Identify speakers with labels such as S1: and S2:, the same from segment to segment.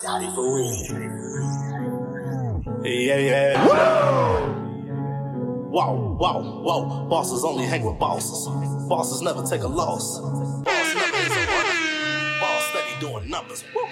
S1: Daddy for real.
S2: Yeah, yeah. Whoa, whoa, whoa. Bosses only hang with bosses. Bosses never take a loss. Boss never is a winner. Boss steady doing numbers. Woo.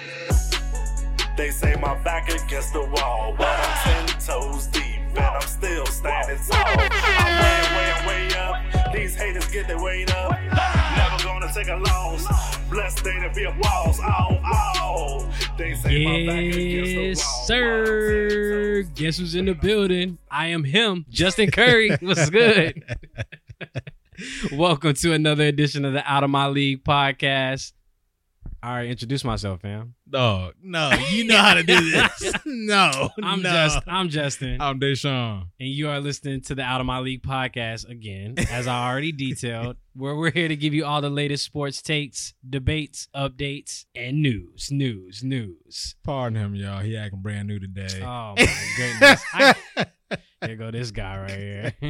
S2: They say my back against the wall, but I'm ten toes deep and I'm still standing tall. I'm way, way, way up. These haters get their weight up. Never gonna take a loss. Blessed day to be a boss. Ow, ow. They say my back against the wall. but I'm 10
S3: Yes,
S2: toes
S3: sir. Guess who's in the building? I am him, Justin Curry. What's good? Welcome to another edition of the Out of My League podcast. All right, introduce myself, fam.
S1: No, no, you know how to do this. No,
S3: I'm
S1: no.
S3: just I'm Justin,
S2: Oh.
S1: I'm Deshaun.
S3: and you are listening to the Out of My League podcast again, as I already detailed, where we're here to give you all the latest sports takes, debates, updates, and news, news, news.
S1: Pardon him, y'all. He acting brand new today.
S3: Oh my goodness. I, here go this guy right here.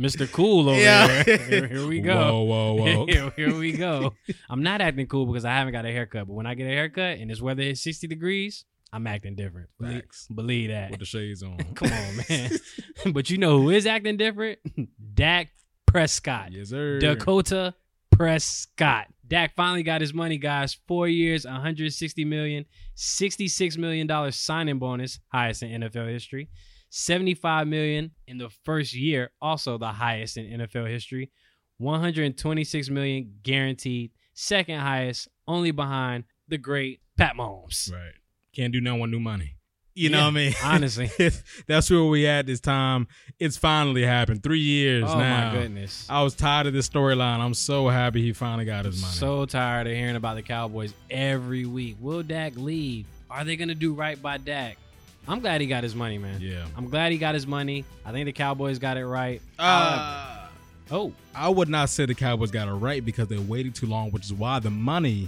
S3: Mr. Cool over
S1: Yeah.
S3: here. here. Here we go.
S1: Whoa, whoa, whoa.
S3: Here, here we go. I'm not acting cool because I haven't got a haircut, but when I get a haircut and this weather is 60 degrees, I'm acting different. Believe,
S1: Facts.
S3: believe that.
S1: With the shades on.
S3: Come on, man. but you know who is acting different? Dak Prescott.
S1: Yes, sir.
S3: Dakota Prescott. Dak finally got his money, guys. Four years, 160 million, 66 million dollar signing bonus, highest in NFL history. 75 million in the first year, also the highest in NFL history. 126 million guaranteed, second highest, only behind the great Pat Mahomes.
S1: Right. Can't do no one new money. You know
S3: Yeah,
S1: what I mean?
S3: Honestly,
S1: That's where we at this time. It's finally happened. Three years
S3: oh
S1: now.
S3: my goodness.
S1: I was tired of this storyline. I'm so happy he finally got his money.
S3: So tired of hearing about the Cowboys every week. Will Dak leave? Are they gonna do right by Dak? I'm glad he got his money, man.
S1: yeah.
S3: I'm glad he got his money. I think the Cowboys got it right.
S1: Uh,
S3: Oh,
S1: I would not say the Cowboys got it right because they waited too long, which is why the money,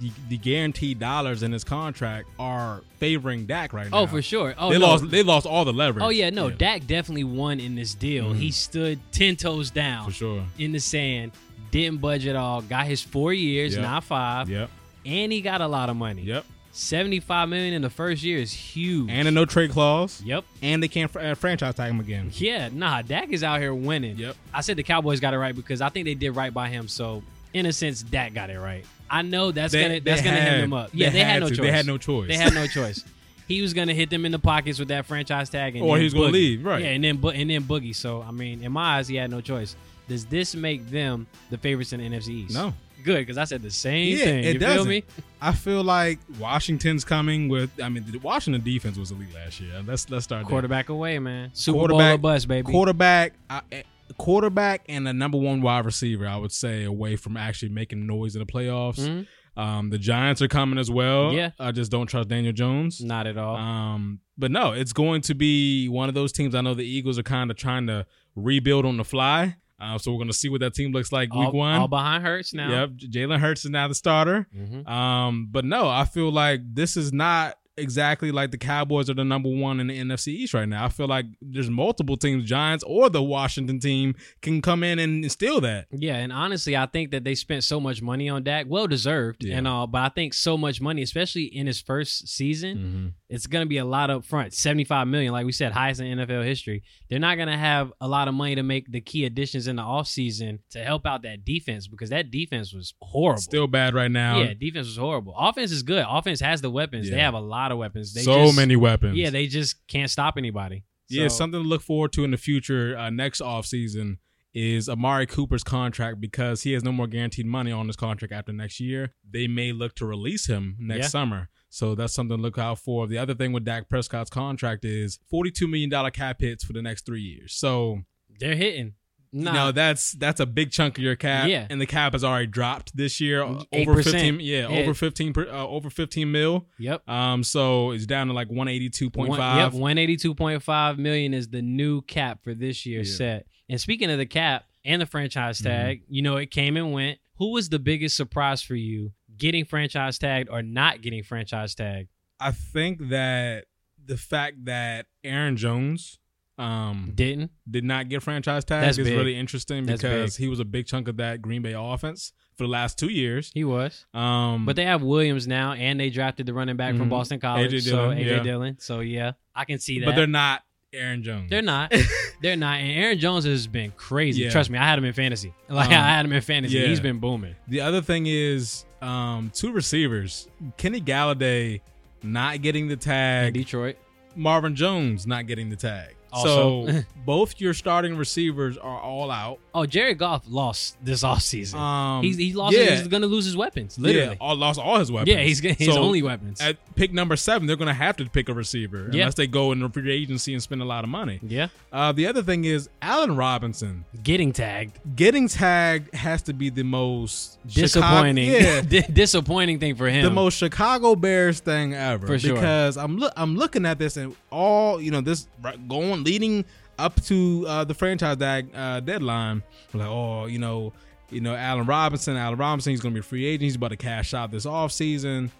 S1: the, the guaranteed dollars in his contract are favoring Dak right now.
S3: oh, for sure. Oh,
S1: they
S3: no.
S1: lost. They lost all the leverage.
S3: Oh yeah, no. Dak definitely won in this deal.
S1: Mhm.
S3: He stood ten toes down
S1: for sure.
S3: in the sand, didn't budge at all. Got his four years,
S1: Yep.
S3: not five,
S1: Yep.
S3: and he got a lot of money.
S1: Yep.
S3: Seventy-five million in the first year is huge.
S1: And a no trade clause.
S3: yep.
S1: And they can't fr- uh, franchise tag him again.
S3: Yeah, nah, Dak is out here winning.
S1: Yep.
S3: I said the Cowboys got it right because I think they did right by him. So in a sense, Dak got it right. I know that's gonna that's gonna
S1: had-
S3: hit them up. Yeah, they, had, no
S1: to.
S3: choice.
S1: They had no choice.
S3: They had no choice. He was gonna hit them in the pockets with that franchise tag, and
S1: Or
S3: then
S1: he was gonna
S3: Boogie.
S1: leave, right.
S3: Yeah, and then Bo- and then Boogie. So I mean, in my eyes, he had no choice. Does this make them the favorites in the NFC East?
S1: no.
S3: Good, because I said the same
S1: Yeah,
S3: thing.
S1: it
S3: you feel
S1: doesn't.
S3: me?
S1: I feel like Washington's coming with. I mean, the Washington defense was elite last year. Let's let's start. there.
S3: Quarterback away, man. Super
S1: Quarterback-
S3: Bowl or bust, baby.
S1: quarterback, I, eh, quarterback, and the number one wide receiver. I would say away from actually making noise in the playoffs.
S3: Mhm.
S1: Um, the Giants are coming as well.
S3: Yeah.
S1: I just don't trust Daniel Jones.
S3: Not at all.
S1: Um, but no, it's going to be one of those teams. I know the Eagles are kind of trying to rebuild on the fly. Uh, so we're going to see what that team looks like week
S3: all,
S1: one.
S3: all behind Hurts now.
S1: Yep, Jalen Hurts is now the starter.
S3: Mhm.
S1: Um, but no, I feel like this is not exactly like the Cowboys are the number one in the NFC East right now. I feel like there's multiple teams, Giants or the Washington team, can come in and steal that.
S3: Yeah, and honestly, I think that they spent so much money on Dak, well deserved
S1: Yeah.
S3: and all, but I think so much money, especially in his first season,
S1: Mm-hmm.
S3: it's gonna be a lot up front. Seventy-five million, like we said, highest in NFL history. They're not gonna have a lot of money to make the key additions in the offseason to help out that defense because that defense was horrible.
S1: Still bad right now.
S3: yeah, defense was horrible. Offense is good. Offense has the weapons. They
S1: Yeah.
S3: have a lot of weapons. They
S1: so
S3: just-
S1: many weapons.
S3: Yeah, they just can't stop anybody.
S1: yeah,
S3: So-
S1: something to look forward to in the future. Uh, next offseason is Amari Cooper's contract because he has no more guaranteed money on his contract after next year. They may look to release him next
S3: Yeah.
S1: summer. So that's something to look out for. The other thing with Dak Prescott's contract is $42 million cap hits for the next three years. So,
S3: they're hitting.
S1: no,
S3: Nah,
S1: that's that's a big chunk of your cap.
S3: Yeah.
S1: And the cap has already dropped this year. uh, Over
S3: 8%.
S1: 15 yeah,
S3: Yeah.
S1: over 15 per, uh, over 15 mil.
S3: yep.
S1: Um so it's down to like 182.5.
S3: One, yep, one eighty two point five million is the new cap for this year's
S1: Yeah. Mm-hmm.
S3: set. And speaking of the cap and the franchise tag, you know it came and went. Who was the biggest surprise for you, getting franchise tagged or not getting franchise tagged?
S1: I think that the fact that Aaron Jones um, did,
S3: Didn't
S1: not get franchise tag
S3: That's
S1: is
S3: big.
S1: really interesting
S3: That's
S1: because he was a big chunk of that Green Bay offense. for the last two years.
S3: He was.
S1: Um,
S3: But they have Williams now, and they drafted the running back from
S1: Mhm.
S3: Boston College,
S1: AJ
S3: so
S1: Dillon,
S3: AJ
S1: yeah.
S3: Dillon. So yeah, I can see that.
S1: but they're not Aaron Jones.
S3: They're not. They're not. And Aaron Jones has been crazy.
S1: Yeah.
S3: Trust me, I had him in fantasy. Like
S1: Um,
S3: I had him in fantasy.
S1: yeah.
S3: He's been booming.
S1: The other thing is um, two receivers: Kenny Galladay not getting the
S3: In
S1: tag,
S3: Detroit.
S1: Marvin Jones not getting the tag.
S3: Also.
S1: So both your starting receivers are all out.
S3: Oh, Jared Goff lost this offseason.
S1: Um,
S3: he's he lost. He's going to lose his weapons. Literally.
S1: Yeah, all, lost all his weapons.
S3: Yeah, he's gonna his
S1: So
S3: only weapons.
S1: at pick number seven, they're going to have to pick a receiver
S3: Yeah.
S1: unless they go in the free agency and spend a lot of money.
S3: yeah,
S1: Uh, the other thing is Allen Robinson
S3: getting tagged.
S1: getting tagged has to be the most Chicago-
S3: Disappointing.
S1: yeah,
S3: Di- disappointing thing for him.
S1: the most Chicago Bears thing ever.
S3: For sure.
S1: Because I'm look I'm looking at this and all you know this right, going leading up to uh, the franchise tag uh, deadline. We're like, oh, you know, you know, Allen Robinson. Allen Robinson. He's going to be a free agent. He's about to cash out this offseason.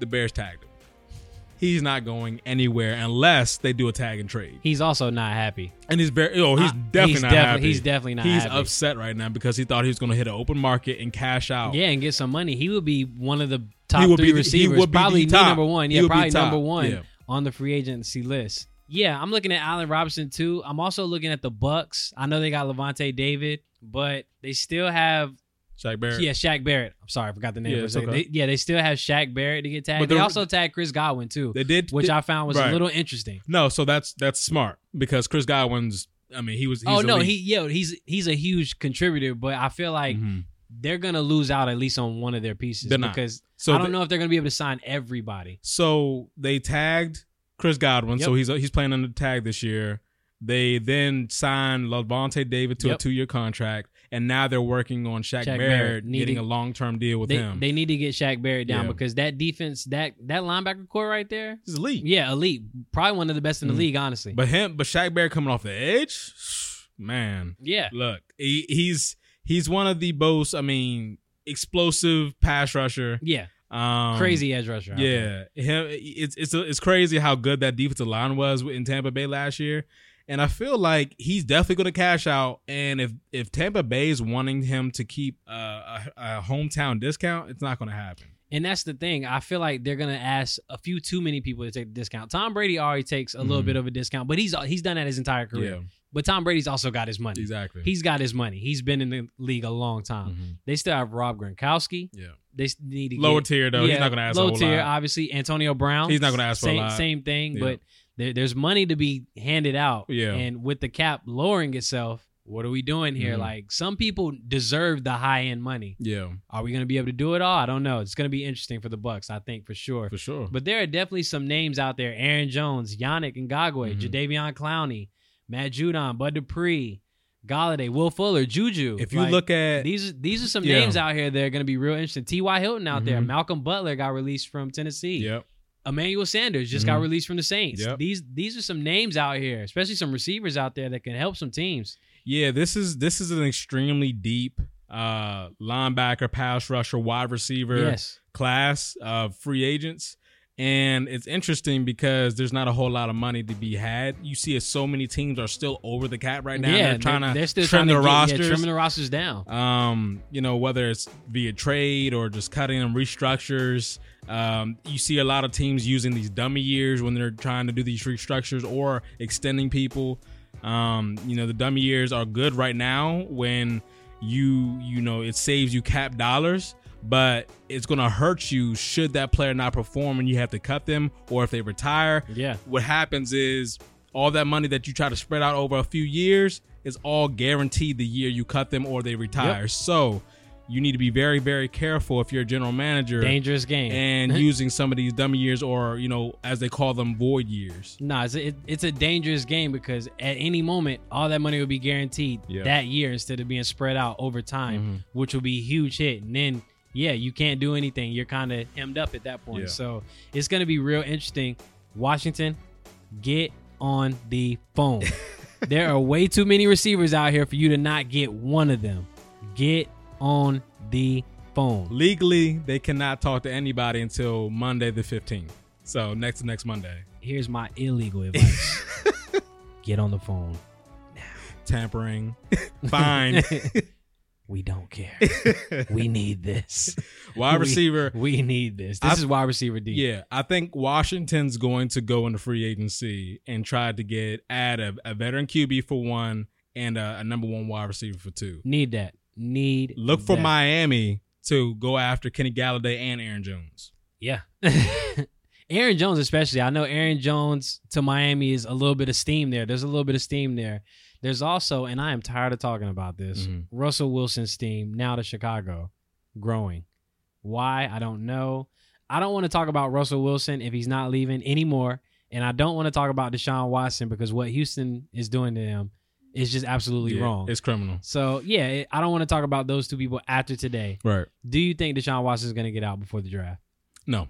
S1: The Bears tagged him. He's not going anywhere unless they do a tag and trade.
S3: he's also not happy.
S1: And he's very oh, he's
S3: Uh,
S1: definitely
S3: he's
S1: not
S3: defi-
S1: happy.
S3: he's definitely not
S1: He's
S3: happy.
S1: upset right now because he thought he was going to hit an open market and cash out.
S3: Yeah, and get some money. He would be one of the top
S1: Oh. He would
S3: three
S1: be the- he
S3: receivers.
S1: would be the
S3: probably
S1: top.
S3: number one.
S1: He
S3: Yeah,
S1: would be
S3: probably
S1: top.
S3: number one
S1: Yeah.
S3: on the free agency list. Yeah, I'm looking at Allen Robinson too. I'm also looking at the Bucks. I know they got Levante David, but they still have
S1: Shaq Barrett.
S3: yeah Shaq Barrett. I'm sorry, I forgot the name.
S1: Yeah,
S3: for a
S1: it's
S3: second.
S1: okay.
S3: They- yeah, they still have Shaq Barrett to get tagged.
S1: But
S3: they
S1: they're-
S3: also tagged Chris Godwin too,
S1: They did
S3: which I found was a
S1: right.
S3: little interesting.
S1: No, so that's that's smart because Chris Godwin's. I mean, he was. He's
S3: oh no,
S1: elite.
S3: he yeah he's he's a huge contributor, but I feel like
S1: Mhm.
S3: they're gonna lose out at least on one of their pieces
S1: They're not.
S3: because
S1: So
S3: I don't
S1: they,
S3: know if they're gonna be able to sign everybody.
S1: So they tagged Chris Godwin. So he's he's playing under the tag this year. They then signed Lavonte David to
S3: Yep.
S1: a two year contract, and now they're working on Shaq,
S3: Shaq
S1: Barrett,
S3: Barrett needing-
S1: getting a long term deal with
S3: They,
S1: him.
S3: they need to get Shaq Barrett down
S1: Yeah.
S3: because that defense, that that linebacker core right there,
S1: he's elite.
S3: yeah, elite, probably one of the best in the
S1: Mhm.
S3: league, honestly.
S1: But him, but Shaq Barrett coming off the edge, man.
S3: yeah,
S1: Look, he, he's he's one of the most. I mean, explosive pass rusher.
S3: yeah,
S1: Um,
S3: crazy edge rusher. out there.
S1: Yeah, him. It's it's it's crazy how good that defensive line was in Tampa Bay last year, and I feel like he's definitely going to cash out. And if if Tampa Bay is wanting him to keep uh, a, a hometown discount, it's not going to happen.
S3: and that's the thing. I feel like they're gonna ask a few too many people to take the discount. Tom Brady already takes a little
S1: Mhm.
S3: bit of a discount, but he's he's done that his entire career. But Tom Brady's also got his money.
S1: exactly.
S3: He's got his money. He's been in the league a long time.
S1: Mhm.
S3: They still have Rob Gronkowski.
S1: Yeah.
S3: They s- need to
S1: lower
S3: get,
S1: tier though. he's not going to ask
S3: low
S1: a whole
S3: tier. uh,
S1: lot.
S3: Obviously, Antonio Brown.
S1: He's not gonna ask for a
S3: same,
S1: lot.
S3: Same thing,
S1: Yeah.
S3: but there, there's money to be handed out.
S1: Yeah.
S3: And with the cap lowering itself, what are we doing here?
S1: Mhm.
S3: Like some people deserve the high end money.
S1: yeah,
S3: Are we gonna be able to do it all? I don't know. It's gonna be interesting for the Bucks, I think for sure.
S1: for sure.
S3: But there are definitely some names out there: Aaron Jones, Yannick Ngakwe,
S1: Mhm.
S3: Jadavion Clowney, Matt Judon, Bud Dupree, Galladay, Will Fuller, Juju.
S1: if you
S3: Like,
S1: look at
S3: these these are some
S1: Yeah.
S3: names out here that are going to be real interesting. T.Y. Hilton out there.
S1: Mhm.
S3: Malcolm Butler got released from Tennessee.
S1: yep,
S3: Emmanuel Sanders just got
S1: Mhm.
S3: released from the Saints.
S1: Yep.
S3: These these are some names out here, especially some receivers out there that can help some teams.
S1: Yeah, this is this is an extremely deep uh linebacker, pass rusher, wide receiver
S3: Yes.
S1: class of free agents. And it's interesting because there's not a whole lot of money to be had. You see, it, so many teams are still over the cap right now.
S3: yeah,
S1: they're trying to
S3: they're still trying
S1: trim
S3: to
S1: their
S3: get- yeah,
S1: rosters.
S3: trimming the rosters down.
S1: um, you know, whether it's via trade or just cutting them restructures. Um, you see a lot of teams using these dummy years when they're trying to do these restructures or extending people. Um, you know, the dummy years are good right now when you you know it saves you cap dollars, but it's gonna hurt you should that player not perform and you have to cut them or if they retire
S3: Yeah.
S1: what happens is all that money that you try to spread out over a few years is all guaranteed the year you cut them or they retire. So you need to be very, very careful if you're a general manager
S3: Dangerous game.
S1: and using some of these dummy years or, you know, as they call them, void years.
S3: Nah, it's a, it, it's a dangerous game because at any moment, all that money will be guaranteed
S1: Yeah.
S3: that year instead of being spread out over time,
S1: Mhm.
S3: which will be a huge hit. And then, yeah, you can't do anything. You're kind of hemmed up at that point.
S1: Yeah.
S3: So it's going to be real interesting. Washington, get on the phone. there are way too many receivers out here for you to not get one of them. Get on the phone.
S1: Legally, they cannot talk to anybody until Monday the 15th. So next next Monday.
S3: Here's my illegal advice get on the phone.
S1: Tampering. Fine.
S3: we don't care. we need this.
S1: Wide
S3: We-
S1: receiver.
S3: We need this. This
S1: I-
S3: is wide receiver D.
S1: Yeah, I think Washington's going to go into free agency and try to get add a, a veteran QB for one and a, a number one wide receiver for two.
S3: Need that. Need
S1: Look for
S3: that.
S1: Miami to go after Kenny Galladay and Aaron Jones.
S3: Yeah. Aaron Jones, especially. I know Aaron Jones to Miami is a little bit of steam there. There's a little bit of steam there. There's also, and I am tired of talking about this,
S1: Mhm.
S3: Russell Wilson's steam now to Chicago growing. Why? I don't know. I don't want to talk about Russell Wilson if he's not leaving anymore. And I don't want to talk about Deshaun Watson because what Houston is doing to him is just absolutely
S1: Yeah,
S3: wrong.
S1: It's criminal.
S3: So, yeah, it- I don't want to talk about those two people after today.
S1: Right.
S3: Do you think Deshaun Watson is going to get out before the draft?
S1: No.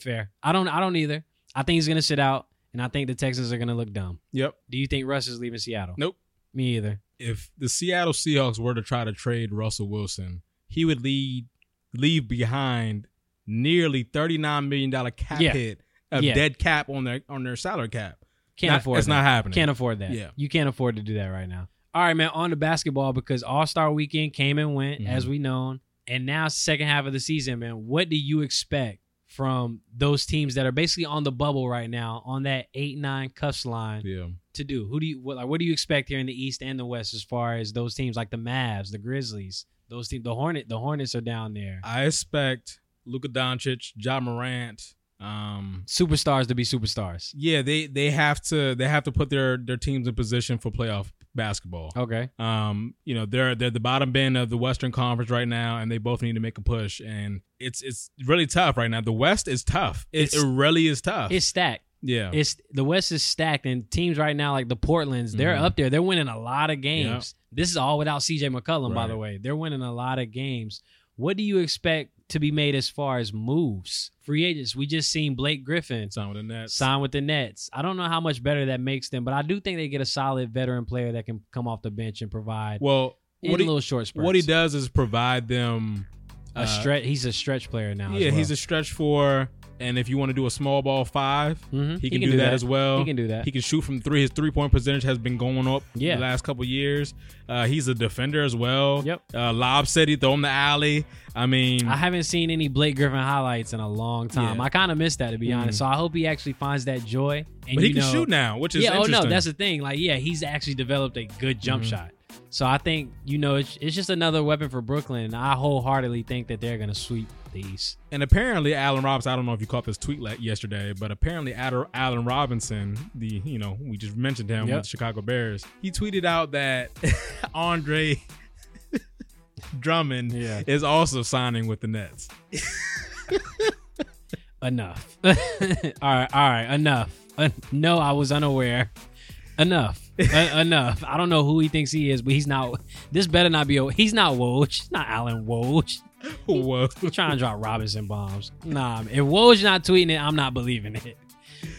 S3: Fair. I don't. I don't either. I think he's gonna sit out, and I think the Texans are gonna look dumb.
S1: Yep.
S3: Do you think Russ is leaving Seattle?
S1: Nope.
S3: Me either.
S1: If the Seattle Seahawks were to try to trade Russell Wilson, he would lead leave behind nearly thirty nine million dollar cap
S3: Yeah.
S1: hit of
S3: Yeah.
S1: dead cap on their on their salary cap.
S3: Can't
S1: Not-
S3: afford.
S1: It's
S3: that.
S1: not happening.
S3: Can't afford that.
S1: Yeah.
S3: You can't afford to do that right now. All right, man. On to basketball because All Star Weekend came and went,
S1: Mhm.
S3: as we known, and now second half of the season, man. What do you expect from those teams that are basically on the bubble right now, on that eight nine cuffs line
S1: yeah.
S3: to do? Who do you what, like? What do you expect here in the East and the West as far as those teams like the Mavs, the Grizzlies, those teams, the Hornet, the Hornets are down there.
S1: I expect Luka Doncic, Ja Morant. Um,
S3: superstars to be superstars.
S1: yeah, they they have to they have to put their their teams in position for playoff basketball.
S3: Okay.
S1: Um, you know they're they're the bottom bin of the Western Conference right now, and they both need to make a push. And it's it's really tough right now. The West is tough. It,
S3: It's-
S1: it really is tough.
S3: It's stacked.
S1: yeah,
S3: It's the West is stacked, and teams right now like the Portlands, they're
S1: Mhm.
S3: up there. They're winning a lot of games. This is all without CJ McCollum, by the way. They're winning a lot of games. What do you expect to be made as far as moves, free agents? We just seen Blake Griffin
S1: it's on with the Nets.
S3: sign with the Nets. I don't know how much better that makes them, but I do think they get a solid veteran player that can come off the bench and provide
S1: well,
S3: in
S1: what he,
S3: little short spurts.
S1: what he does is provide them uh,
S3: a stretch. He's a stretch player now.
S1: Yeah, he's a stretch four, and if you want to do a small ball five,
S3: Mhm.
S1: he, can do, that, as well.
S3: He can do that.
S1: He can shoot from three. His three point percentage has been going up
S3: Yeah.
S1: the last couple years. Uh, he's a defender as well.
S3: Yep.
S1: Uh, Lob City, throw him the alley. I mean,
S3: I haven't seen any Blake Griffin highlights in a long time.
S1: Yeah.
S3: I kind of missed that to be honest.
S1: Mhm.
S3: So I hope he actually finds that joy. And
S1: but he
S3: you
S1: can
S3: know-
S1: shoot now, which is
S3: Yeah. Oh
S1: interesting.
S3: no, that's the thing. Like, yeah, he's actually developed a good jump
S1: Mhm.
S3: shot. So I think you know it's, it's just another weapon for Brooklyn, and I wholeheartedly think that they're gonna sweep the East.
S1: and apparently Allen Robinson. I don't know if you caught this tweet le- yesterday, but apparently Ad- Allen Robinson, the you know we just mentioned him
S3: Yep.
S1: with the Chicago Bears, he tweeted out that Andre Drummond
S3: Yeah.
S1: is also signing with the Nets.
S3: Enough. all right. All right. Enough. En- no, I was unaware. Enough. En- enough. I don't know who he thinks he is, but he's not. This better not be. A, he's not Woj. He's not Allen Woj.
S1: Whoa.
S3: trying to drop Robinson bombs. Nah, if Woj not tweeting it, I'm not believing it.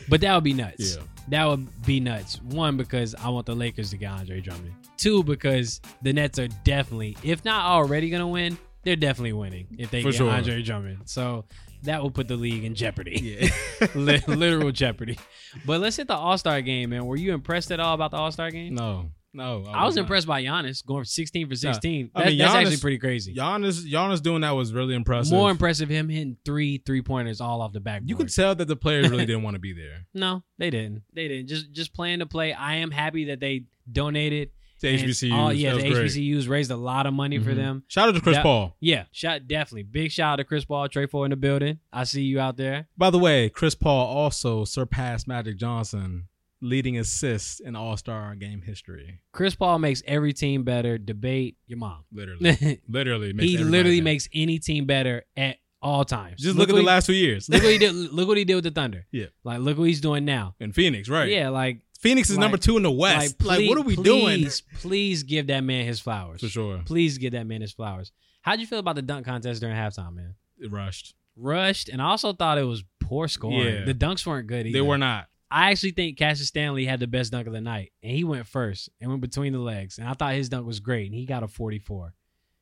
S3: But that would be nuts.
S1: Yeah.
S3: That would be nuts. One, because I want the Lakers to get Andre Drummond. Two, because the Nets are definitely, if not already going to win, they're definitely winning if they
S1: For
S3: get
S1: sure.
S3: Andre Drummond. So that will put the league in jeopardy.
S1: Yeah.
S3: Li- Literal jeopardy. But let's hit the All Star game, man. Were you impressed at all about the All Star game?
S1: no. No.
S3: I was
S1: not.
S3: impressed by Giannis going 16 for 16.
S1: I
S3: That-
S1: mean,
S3: that's
S1: Giannis-
S3: actually pretty crazy.
S1: Giannis Giannis doing that was really impressive.
S3: More impressive him hitting three three pointers all off the backboard.
S1: You could tell that the players really didn't want to be there.
S3: no, they didn't. They didn't. Just just playing to play. I am happy that they donated.
S1: The
S3: and
S1: HBCUs.
S3: all- yeah,
S1: that was
S3: the
S1: great.
S3: HBCUs raised a lot of money for
S1: Mhm.
S3: them.
S1: Shout out to Chris
S3: That-
S1: Paul.
S3: Yeah, shout definitely. Big shout out to Chris Paul, Trey Four in the building. I see you out there.
S1: By the way, Chris Paul also surpassed Magic Johnson leading assists in All Star game history.
S3: Chris Paul makes every team better. Debate your mom.
S1: Literally,
S3: he
S1: literally, makes everybody
S3: literally
S1: better.
S3: makes any team better at all times.
S1: Just look, at
S3: what
S1: the
S3: he-
S1: last two years
S3: Look what he did. Look what he did with the Thunder.
S1: Yeah.
S3: like look what he's doing now.
S1: in Phoenix, right?
S3: Yeah, like
S1: Phoenix is
S3: Like-
S1: number two in the West. Like,
S3: please-
S1: what are we doing?
S3: please, Please give that man his flowers.
S1: For sure,
S3: Please give that man his flowers. How'd you feel about the dunk contest during halftime, man?
S1: It rushed.
S3: Rushed, and I also thought it was poor scoring.
S1: Yeah.
S3: The dunks weren't good either.
S1: They were not.
S3: I actually think Cassius Stanley had the best dunk of the night, and he went first and went between the legs, and I thought his dunk was great, and he got a 44.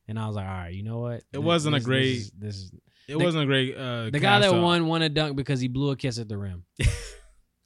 S3: And I was like, all right, you know what? It
S1: wasn't a great-
S3: This is, this is
S1: It
S3: The-
S1: wasn't a great. Uh,
S3: the guy that
S1: cast-off.
S3: won won a dunk because he blew a kiss at the rim.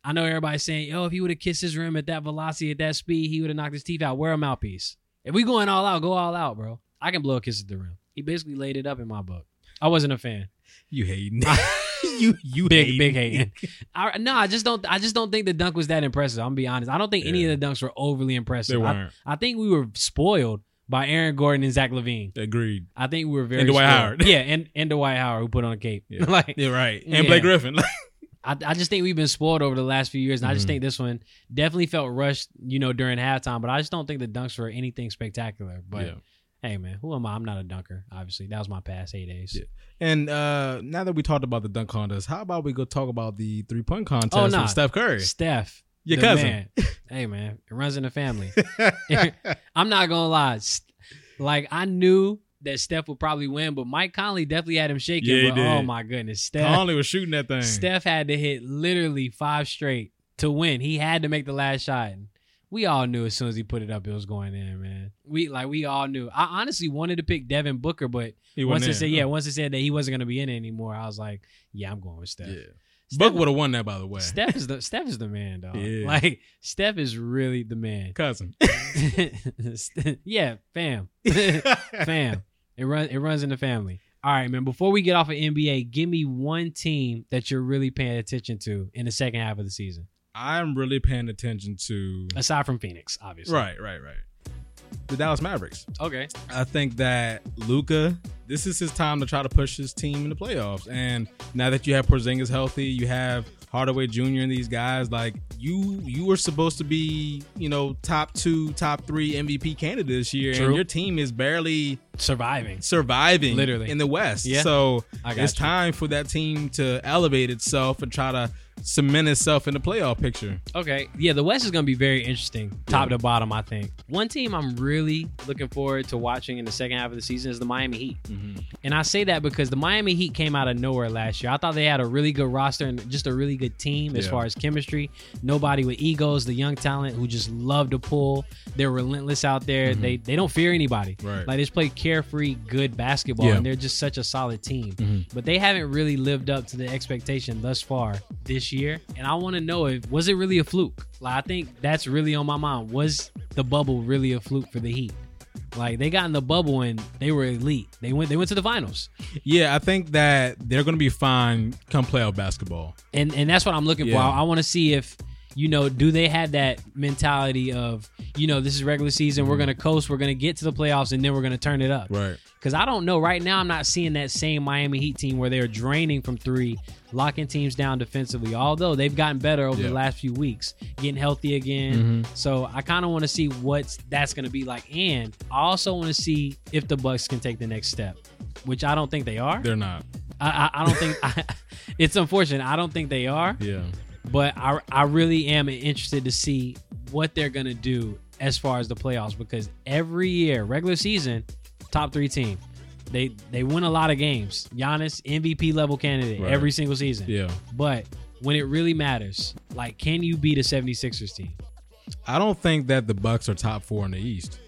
S3: I know everybody's saying, "Yo, if he would have kissed his rim at that velocity, at that speed, he would have knocked his teeth out. Wear a mouthpiece." If we going all out, go all out, bro. I can blow a kiss at the rim. He basically laid it up in my book. I wasn't a fan.
S1: You hating. you you
S3: Big
S1: hating.
S3: big hating. I, no, I just don't. I just don't think the dunk was that impressive. I'm gonna be honest. I don't think any
S1: Yeah.
S3: of the dunks were overly
S1: They
S3: impressive. I,
S1: weren't.
S3: I think we were spoiled by Aaron Gordon and Zach Levine.
S1: Agreed.
S3: I think we were very
S1: And Dwight
S3: spoiled.
S1: Howard.
S3: Yeah, and and Dwight Howard who put on a cape.
S1: Yeah.
S3: like
S1: You're right. And
S3: Yeah.
S1: Blake Griffin.
S3: I, I just think we've been spoiled over the last few years, and I just
S1: Mhm.
S3: think this one definitely felt rushed, you know, during halftime. But I just don't think the dunks were anything spectacular. But
S1: Yeah.
S3: hey, man, who am I? I'm not a dunker. Obviously, that was my past heydays.
S1: Yeah. And uh, now that we talked about the dunk contest, how about we go talk about the three point contest
S3: Oh, nah.
S1: with Steph Curry,
S3: Steph,
S1: your
S3: the
S1: cousin?
S3: man. hey, man, it runs in the family. I'm not gonna lie, St- like I knew that Steph would probably win, but Mike Conley definitely had him shaking.
S1: Yeah, he
S3: but oh
S1: did.
S3: my goodness, Steph,
S1: Conley was shooting that thing.
S3: Steph had to hit literally five straight to win. He had to make the last shot. And We all knew as soon as he put it up, it was going in, man. We like we all knew. I honestly wanted to pick Devin Booker, but
S1: he
S3: once
S1: wasn't
S3: it
S1: in.
S3: said yeah, once it said that he wasn't gonna be in it anymore, I was like, yeah, I'm going with Steph.
S1: yeah.
S3: Steph-
S1: Book would have won that, by the way.
S3: Steph is the Steph is the man, dog.
S1: Yeah.
S3: Like Steph is really the man.
S1: cousin.
S3: yeah, fam, fam. It runs it runs in the family. All right, man. Before we get off of NBA, give me one team that you're really paying attention to in the second half of the season,
S1: I'm really paying attention to
S3: aside from Phoenix, obviously.
S1: right, right, right. The Dallas Mavericks.
S3: Okay.
S1: I think that Luca, this is his time to try to push his team in the playoffs. And now that you have Porzingis healthy, you have Hardaway Jr. and these guys, like you, you were supposed to be, you know, top two, top three MVP candidate this year,
S3: True.
S1: and your team is barely
S3: Surviving.
S1: surviving,
S3: Literally.
S1: in the West.
S3: Yeah.
S1: So
S3: I got
S1: it's
S3: you.
S1: time for that team to elevate itself and try to cement itself in the playoff picture.
S3: Okay. Yeah, the West is going to be very interesting, top to bottom, I think. One team I'm really looking forward to watching in the second half of the season is the Miami Heat. And I say that because the Miami Heat came out of nowhere last year. I thought they had a really good roster and just a really good team as
S1: Yeah.
S3: far as chemistry. Nobody with egos, the young talent who just love to pull. They're relentless out there.
S1: Mhm.
S3: They they don't fear anybody.
S1: Right.
S3: Like they just play carefree, good basketball,
S1: Yeah.
S3: and they're just such a solid team.
S1: Mhm.
S3: But they haven't really lived up to the expectation thus far this year. And I want to know if was it really a fluke? Like I think that's really on my mind. Was the bubble really a fluke for the Heat? Like they got in the bubble and they were elite. They went they went to the finals.
S1: Yeah, I think that they're going to be fine come playoff basketball.
S3: and and that's what I'm looking for.
S1: Yeah.
S3: I, want to see if you know, do they have that mentality of you know this is regular season, we're gonna coast, we're gonna get to the playoffs, and then we're gonna turn it up.
S1: Mm-hmm. Right.
S3: Because I don't know. Right now, I'm not seeing that same Miami Heat team where they're draining from three, locking teams down defensively. Although they've gotten better over
S1: Yeah. Mm-hmm.
S3: the last few weeks, getting healthy again. So I kind of want to see what that's going to be like, and I also want to see if the Bucks can take the next step, which I don't think they are.
S1: They're not.
S3: I, I, I don't think I, it's unfortunate. I don't think they are,
S1: Yeah.
S3: but I, I really am interested to see what they're going to do as far as the playoffs because every year, regular season, top three team. They they win a lot of games. Giannis, MVP level candidate
S1: Right.
S3: every single season.
S1: Yeah.
S3: But when it really matters, like, can you beat a 76ers team?
S1: I don't think that the Bucks are top four in the East.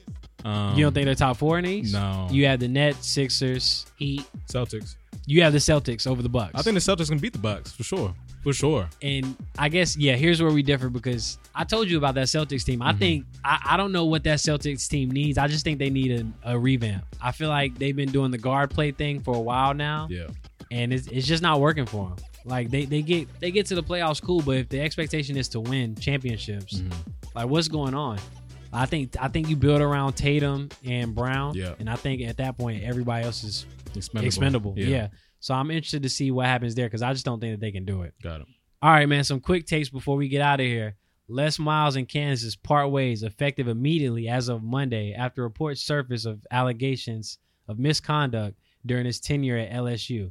S1: Um,
S3: you don't think they're top four in the East?
S1: No.
S3: You have the Nets, Sixers, Heat.
S1: Celtics.
S3: You have the Celtics over the Bucks.
S1: I think the Celtics can beat the Bucks for sure. For sure.
S3: And I guess yeah, here's where we differ because I told you about that Celtics team. I
S1: Mhm.
S3: think I, I don't know what that Celtics team needs. I just think they need a, a revamp. I feel like they've been doing the guard play thing for a while now,
S1: Yeah.
S3: and it's, it's just not working for them. Like they, they get they get to the playoffs cool, but if the expectation is to win championships,
S1: Mhm.
S3: like what's going on? I think I think you build around Tatum and Brown,
S1: Yeah.
S3: and I think at that point everybody else is
S1: Expendable.
S3: expendable. yeah. So I'm interested to see what happens there because I just don't think that they can do it.
S1: Got it.
S3: All right, man. Some quick takes before we get out of here. Les Miles and Kansas part ways effective immediately as of Monday after reports surface of allegations of misconduct during his tenure at LSU.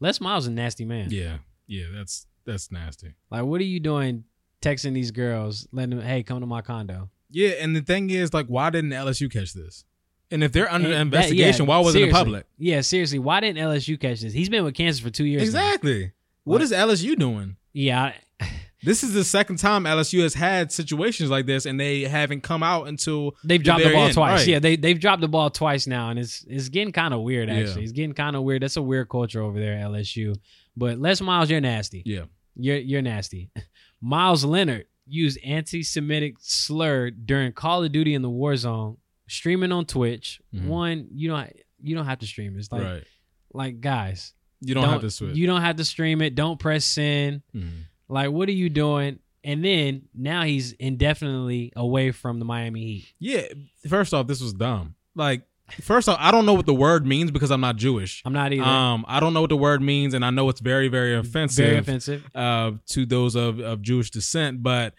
S3: Les Miles is a nasty man.
S1: Yeah. Yeah. That's that's nasty.
S3: Like, what are you doing texting these girls, letting them, hey, come to my condo?
S1: Yeah. And the thing is, like, why didn't LSU catch this? And if they're under
S3: And that-
S1: investigation,
S3: yeah,
S1: why wasn't it
S3: seriously.
S1: public?
S3: Yeah, seriously, why didn't LSU catch this? He's been with Kansas for two years. now.
S1: Exactly. What
S3: Like-
S1: is LSU doing?
S3: Yeah, I-
S1: This is the second time LSU has had situations like this, and they haven't come out until
S3: They've dropped the
S1: very
S3: ball
S1: end,
S3: twice.
S1: right.
S3: Yeah, they they've dropped the ball twice now, and it's it's getting kind of weird. Actually,
S1: Yeah.
S3: it's getting kind of weird. That's a weird culture over there at LSU. But Les Miles, you're nasty.
S1: yeah.
S3: You're you're nasty. Miles Leonard used anti-Semitic slur during Call of Duty in the war zone, streaming on Twitch.
S1: Mhm.
S3: One, you don't you don't have to stream. It's like
S1: right.
S3: like guys,
S1: You don't, have to switch.
S3: You don't have to stream it. Don't press send.
S1: Mhm.
S3: Like, what are you doing? And then now he's indefinitely away from the Miami Heat.
S1: Yeah. First off, this was dumb. Like, first off, I don't know what the word means because I'm not Jewish.
S3: I'm not either.
S1: Um, I don't know what the word means, and I know it's very, very offensive,
S3: Very offensive.
S1: Uh, to those of, of Jewish descent. But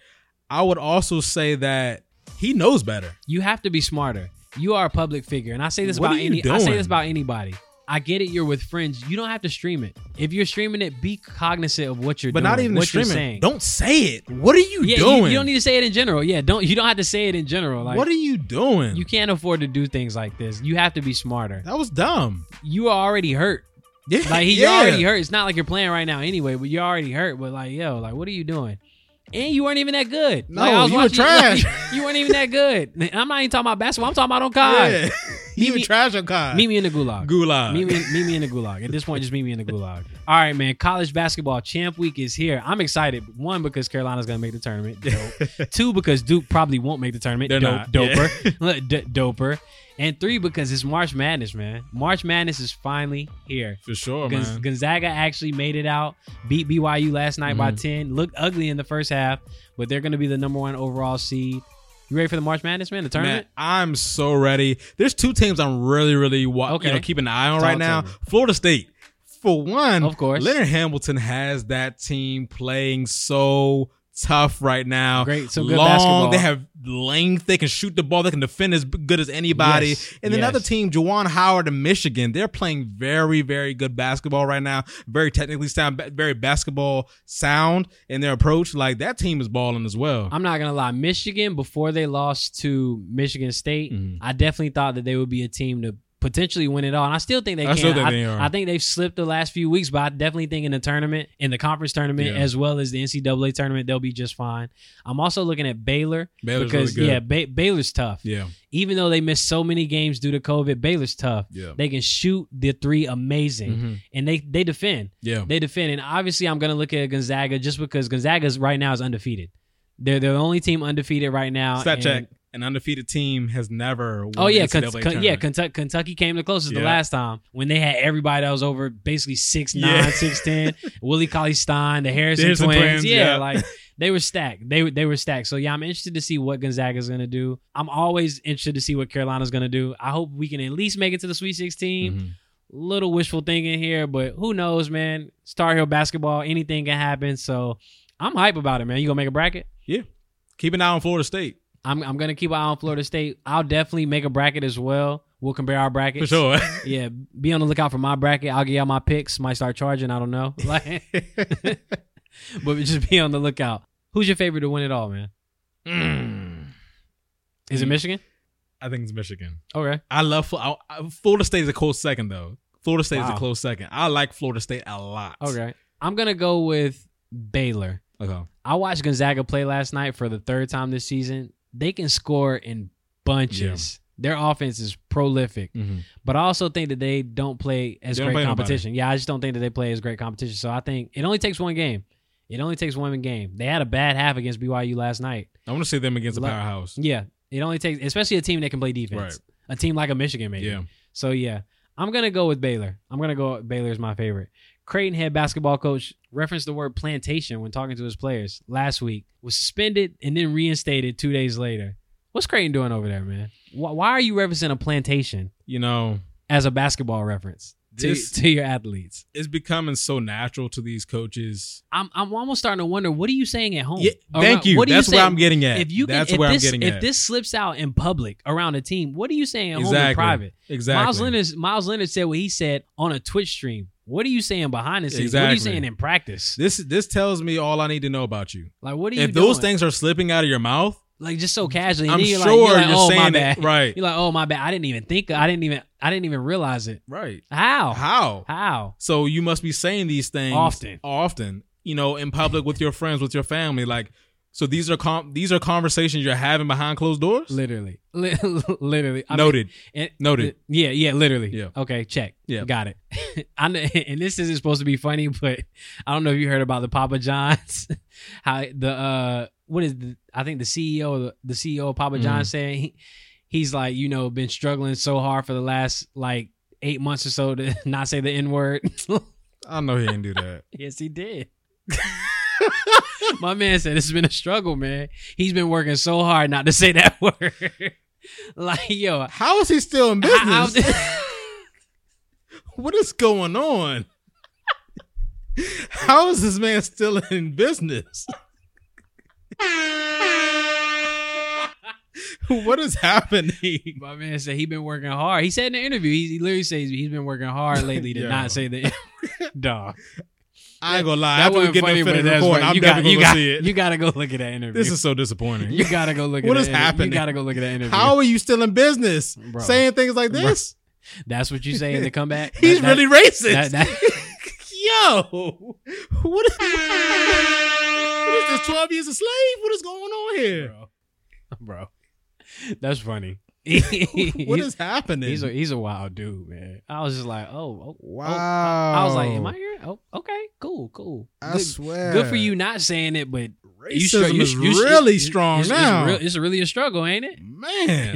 S1: I would also say that he knows better.
S3: You have to be smarter. You are a public figure, and I say this
S1: What
S3: about
S1: are you
S3: any. I say
S1: doing?
S3: this about anybody. I get it. You're with friends. You don't have to stream it. If you're streaming it, be cognizant of what you're
S1: But
S3: doing.
S1: not even the
S3: what You're
S1: streaming.
S3: saying.
S1: Don't say it. What are you
S3: Yeah,
S1: doing?
S3: You, you don't need to say it in general. Yeah, don't. You don't have to say it in general. Like
S1: what are you doing?
S3: you can't afford to do things like this. You have to be smarter.
S1: that was dumb.
S3: You are already hurt.
S1: Yeah,
S3: Like he,
S1: yeah.
S3: you're already hurt. It's not like you're playing right now anyway, but you're already hurt. But like, yo, like what are you doing? And you weren't even that good.
S1: No,
S3: like, I was
S1: you were
S3: watching
S1: trash.
S3: like, you weren't even that good. And I'm not even talking about basketball. I'm talking about on COD.
S1: Yeah. you
S3: me-
S1: a trash on Kai.
S3: Meet me in the gulag.
S1: Uh, Gulag.
S3: Meet me, meet me in the gulag. At this point, just meet me in the gulag. All right, man. College basketball champ week is here. I'm excited. One because Carolina's gonna make the tournament. Dope. Two because Duke probably won't make the tournament.
S1: They're
S3: dope,
S1: not.
S3: Doper. Look, D- doper. And three because it's March Madness, man. March Madness is finally here.
S1: For sure,
S3: Gonz-
S1: man.
S3: Gonzaga actually made it out, beat BYU last night
S1: Mm-hmm.
S3: by 10. Looked ugly in the first half, but they're going to be the number one overall seed. You ready for the March Madness, man? The tournament?
S1: Man, I'm so ready. There's two teams I'm really, really wa-
S3: Okay.
S1: you know, keeping an eye on
S3: Talk
S1: right
S3: to
S1: now.
S3: me.
S1: Florida State. For one,
S3: Of course.
S1: Leonard Hamilton has that team playing so tough right now.
S3: Great, some good
S1: Long,
S3: basketball.
S1: They have length. They can shoot the ball. They can defend as good as anybody.
S3: Yes,
S1: And another
S3: yes.
S1: team, Jawan Howard of Michigan, they're playing very, very good basketball right now. Very technically sound, ba- very basketball sound in their approach. Like that team is balling as well.
S3: I'm not gonna lie. Michigan, before they lost to Michigan State,
S1: Mhm.
S3: I definitely thought that they would be a team to potentially win it all, and I still think they
S1: I
S3: can.
S1: still think
S3: I,
S1: they are.
S3: I think they've slipped the last few weeks, but I definitely think in the tournament, in the conference tournament,
S1: Yeah.
S3: as well as the NCAA tournament, they'll be just fine. I'm also looking at Baylor
S1: Baylor's
S3: because
S1: really good.
S3: yeah, ba- Baylor's tough.
S1: yeah,
S3: Even though they missed so many games due to COVID, Baylor's tough.
S1: yeah,
S3: They can shoot the three amazing,
S1: Mhm.
S3: and they they defend
S1: yeah.
S3: they defend. And obviously, I'm going to look at Gonzaga just because Gonzaga's right now is undefeated. They're the only team undefeated right now.
S1: Stat
S3: and-
S1: check. An undefeated team has never. Won
S3: Oh yeah,
S1: the
S3: Ken-
S1: NCAA
S3: Ken- yeah.
S1: tournament.
S3: Kentucky, Kentucky came the closest the
S1: Yeah.
S3: last time when they had everybody that was over basically six
S1: Yeah.
S3: nine, six ten. Willie Cauley Stein, the Harrison,
S1: Harrison
S3: twins.
S1: twins,
S3: Yeah,
S1: yeah.
S3: like they were stacked. They were- they were stacked. So yeah, I'm interested to see what Gonzaga's going to do. I'm always interested to see what Carolina's going to do. I hope we can at least make it to the Sweet 16.
S1: Mhm.
S3: little wishful thinking here, but who knows, man? Star Hill basketball, anything can happen. So I'm hype about it, man. You gonna make a bracket?
S1: Keep an eye on Florida State
S3: I'm I'm gonna keep an eye on Florida State. I'll definitely make a bracket as well. We'll compare our brackets.
S1: for sure.
S3: Yeah, be on the lookout for my bracket. I'll get y'all my picks. Might start charging. I don't know. Like, but just be on the lookout. Who's your favorite to win it all, man?
S1: Mm.
S3: Is it Michigan?
S1: I think it's Michigan.
S3: Okay.
S1: I love Fl- I, I- Florida State is a close second though. Florida State is
S3: Wow.
S1: a close second. I like Florida State a lot.
S3: Okay. I'm gonna go with Baylor.
S1: Okay.
S3: I watched Gonzaga play last night for the third time this season. They can score in bunches. Their offense is prolific,
S1: Mhm.
S3: but I also think that they don't play as
S1: They don't
S3: great
S1: play nobody.
S3: competition. Yeah, I just don't think that they play as great competition. So I think it only takes one game. It only takes one game. They had a bad half against BYU last night.
S1: I want to see them against a
S3: Lo-
S1: powerhouse.
S3: Yeah, it only takes, especially a team that can play defense. A team like a Michigan, maybe.
S1: Yeah.
S3: So yeah, I'm gonna go with Baylor. I'm gonna go. Baylor's my favorite. Creighton head basketball coach referenced the word plantation when talking to his players last week. Was suspended and then reinstated two days later. What's Creighton doing over there, man? Why, why are you referencing a plantation
S1: You know,
S3: as a basketball reference to,
S1: This-
S3: to your athletes?
S1: it's becoming so natural to these coaches.
S3: I'm, I'm almost starting to wonder what are you saying at home?
S1: Yeah,
S3: Around-
S1: thank you.
S3: Oh. What are
S1: That's
S3: you
S1: where
S3: saying?
S1: I'm getting at.
S3: If you can,
S1: That's
S3: if
S1: where
S3: this,
S1: I'm getting
S3: if
S1: at.
S3: this slips out in public around a team, what are you saying at home
S1: exactly.
S3: in private?
S1: Exactly.
S3: Miles Leonard, Miles Leonard said what he said on a Twitch stream. What are you saying behind the scenes? What are you
S1: Exactly.
S3: saying in practice?
S1: This this tells me all I need to know about you.
S3: Like, what are you
S1: If those
S3: doing?
S1: things are slipping out of your mouth,
S3: like just so casually? and
S1: I'm
S3: then you're
S1: sure
S3: like, you're, like,
S1: you're
S3: oh, my
S1: saying
S3: bad.
S1: it right.
S3: You're like, oh my bad. I didn't even think. I didn't even. I didn't even realize it.
S1: Right.
S3: Oh. How?
S1: How?
S3: How?
S1: So you must be saying these things
S3: Often.
S1: often, you know, in public with your friends, with your family. Like, so these are com- these are conversations you're having behind closed doors.
S3: Literally. Li- literally. I mean,
S1: Noted.
S3: it-
S1: Noted.
S3: Yeah. Yeah. Literally.
S1: Yeah.
S3: Okay. Check.
S1: Yeah.
S3: Got it. I know, and this isn't supposed to be funny, but I don't know if you heard about the Papa John's. How the uh, what is the, I think the CEO of the, the CEO of Papa
S1: Mhm.
S3: John's saying he, he's like, you know, been struggling so hard for the last like eight months or so to not say the N word.
S1: I know he didn't do that.
S3: yes, he did. My man said it's been a struggle, man. He's been working so hard not to say that word. like, yo,
S1: How is he still in
S3: I-
S1: business? what is going on? How is this man still in business? what is happening?
S3: My man said he been working hard. He said in the interview, he, he literally says he's been working hard lately to
S1: Yo.
S3: not say the dog.
S1: I ain't gonna lie.
S3: That
S1: After we
S3: wasn't
S1: get
S3: funny,
S1: the
S3: but
S1: finished
S3: that's
S1: recording,
S3: right.
S1: I'm
S3: You got-
S1: definitely
S3: you
S1: gonna
S3: got-
S1: see it.
S3: You gotta go look at that interview.
S1: This is so disappointing.
S3: you gotta go look at
S1: What
S3: that
S1: is
S3: interview.
S1: happening?
S3: You gotta go look at that interview.
S1: How are you still in business?
S3: Bro.
S1: Saying things like
S3: Bro.
S1: this?
S3: That's what you say in the comeback.
S1: He's
S3: That- that-
S1: really racist.
S3: that- that-
S1: Yo, what is, what is this? Twelve years a slave? What is going on here?
S3: bro. bro. That's funny.
S1: What is happening?
S3: he's a he's a wild dude, man. I was just like, oh, oh
S1: wow.
S3: I was like, am I here? Oh, okay, cool, cool.
S1: I
S3: good,
S1: swear.
S3: good for you not saying it, but
S1: Racism
S3: you str- you-
S1: is
S3: you- you-
S1: really
S3: it's-
S1: strong
S3: it's,
S1: now,
S3: It's, real- it's really a struggle, ain't it?
S1: man.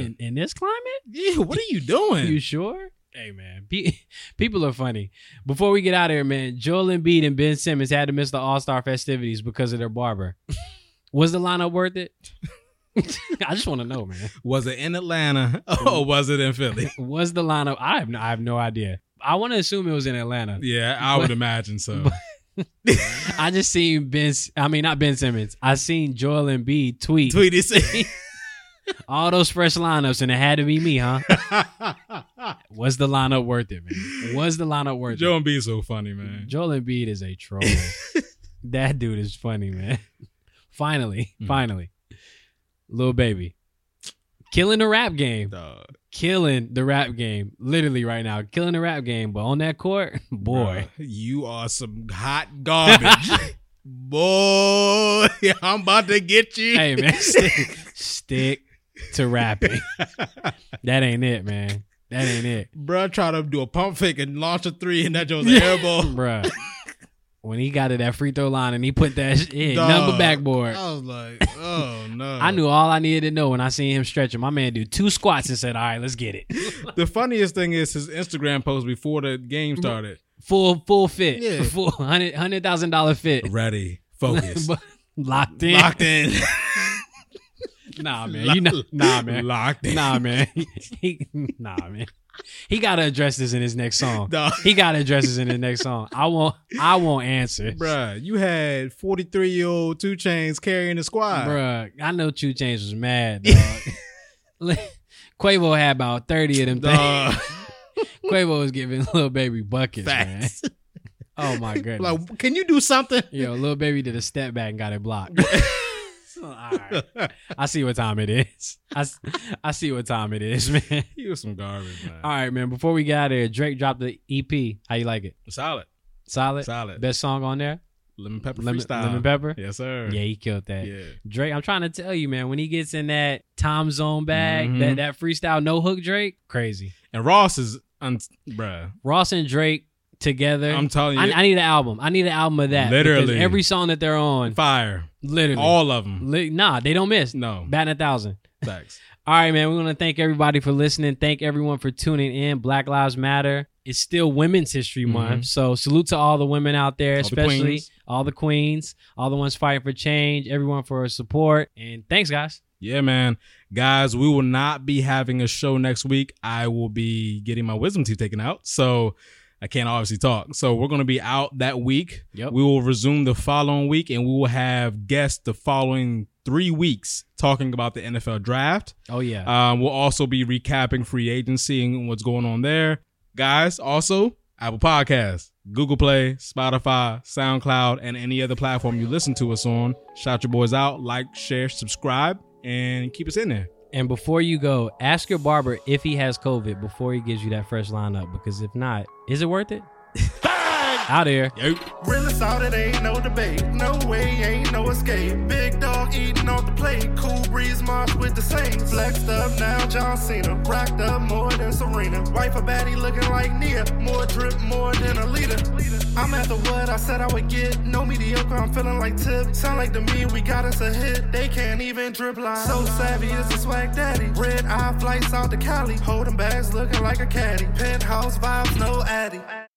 S3: In, in this climate,
S1: Yeah, what are you doing?
S3: you sure? Hey man, pe- people are funny. Before we get out of here, man, Joel Embiid and Ben Simmons had to miss the All Star festivities because of their barber. Was the lineup worth it? I just want to know, man.
S1: was it in Atlanta or was it in Philly?
S3: Was the lineup? I have no, I have no idea. I want to assume it was in Atlanta.
S1: Yeah, I would imagine so.
S3: I just seen Ben. I mean, not Ben Simmons. I seen Joel Embiid tweet
S1: Tweety said,
S3: all those fresh lineups, and it had to be me, huh? Was the lineup worth it, man? Was the lineup worth
S1: "Joe and B so funny, man."
S3: it? Joel Embiid is a troll. that dude is funny, man. Finally,
S1: Mm.
S3: finally, little baby, killing the rap game,
S1: Dog.
S3: killing the rap game, literally right now, killing the rap game. But on that court, boy,
S1: Bruh, you are some hot garbage. Boy, I'm about to get you.
S3: hey man, stick, stick to rapping. that ain't it, man. That ain't it.
S1: Bruh, try to do a pump fake and launch a three, and that Joe's an airball.
S3: Bruh. When he got to that free throw line and he put that shit in,
S1: Dog.
S3: number backboard.
S1: I was like, oh no.
S3: I knew all I needed to know when I seen him stretching. My man do two squats and said, "All right, let's get it."
S1: The funniest thing is his Instagram post before the game started.
S3: Full full fit.
S1: Yeah.
S3: Full hundred hundred thousand dollar fit.
S1: Ready, focus,
S3: But Locked in.
S1: locked in.
S3: Nah, man. You know, nah, man.
S1: Locked in.
S3: Nah, man. He, nah, man. He gotta address this in his next song.
S1: Dog.
S3: He gotta address this in his next song. I won't. I won't answer,
S1: Bruh, you had 43 year old two chains carrying the squad.
S3: Bruh, I know Two Chains was mad. Dog. Quavo had about thirty of them
S1: Dog.
S3: things. Quavo was giving little baby buckets, man.
S1: Facts.
S3: Oh my goodness.
S1: Like, can you do something?
S3: Yo, little baby did a step back and got it blocked. All right. I see what time it is. I, s- I see what time it is, man.
S1: He was some garbage, man.
S3: All right, man. Before we get out of here, Drake dropped the EP. How you like it?
S1: Solid.
S3: Solid.
S1: Solid.
S3: Best song on there.
S1: Lemon pepper
S3: Lemon,
S1: freestyle.
S3: Lemon pepper.
S1: Yes, sir.
S3: Yeah, he killed that.
S1: Yeah.
S3: Drake, I'm trying to tell you, man. When he gets in that time zone bag,
S1: Mhm.
S3: that that freestyle no hook Drake, crazy.
S1: And Ross is, un- bruh.
S3: Ross and Drake together.
S1: I'm telling you,
S3: I, I need an album. I need an album of that. because
S1: Literally.
S3: every song that they're on,
S1: fire.
S3: literally,
S1: All of them.
S3: li- nah, they don't miss.
S1: No.
S3: Batting a thousand.
S1: Facts.
S3: All right, man. We want to thank everybody for listening. Thank everyone for tuning in. Black Lives Matter. It's still Women's History Month, so salute to all the women out there,
S1: Mm-hmm. All the
S3: especially
S1: queens.
S3: all the queens, all the ones fighting for change. Everyone for her support, and thanks, guys.
S1: Yeah, man. Guys, we will not be having a show next week. I will be getting my wisdom teeth taken out. So I can't obviously talk. So we're going to be out that week.
S3: Yep.
S1: We will resume the following week and we will have guests the following three weeks talking about the NFL draft.
S3: Oh yeah.
S1: Um, we'll also be recapping free agency and what's going on there. Guys, also Apple Podcasts, Google Play, Spotify, SoundCloud, and any other platform you listen to us on. Shout your boys out, like, share, subscribe, and keep us in there.
S3: And before you go, ask your barber if he has COVID before he gives you that fresh lineup. Because if not, is it worth it? Out here.
S1: Yep.
S2: Really solid, ain't no debate. No way, ain't no escape. Big dog eating off the plate. Cool breeze march with the Saints. Flexed up now, John Cena. Rocked up more than Serena. Wife a baddie looking like Nia. More drip, more than a leader. I'm I'm at the wood, I said I would get. No mediocre, I'm feeling like tip. Sound like to me, we got us a hit. They can't even drip line. So savvy is a swag daddy. Red eye flights out to Cali. Holding bags looking like a caddy. Penthouse vibes, no addy.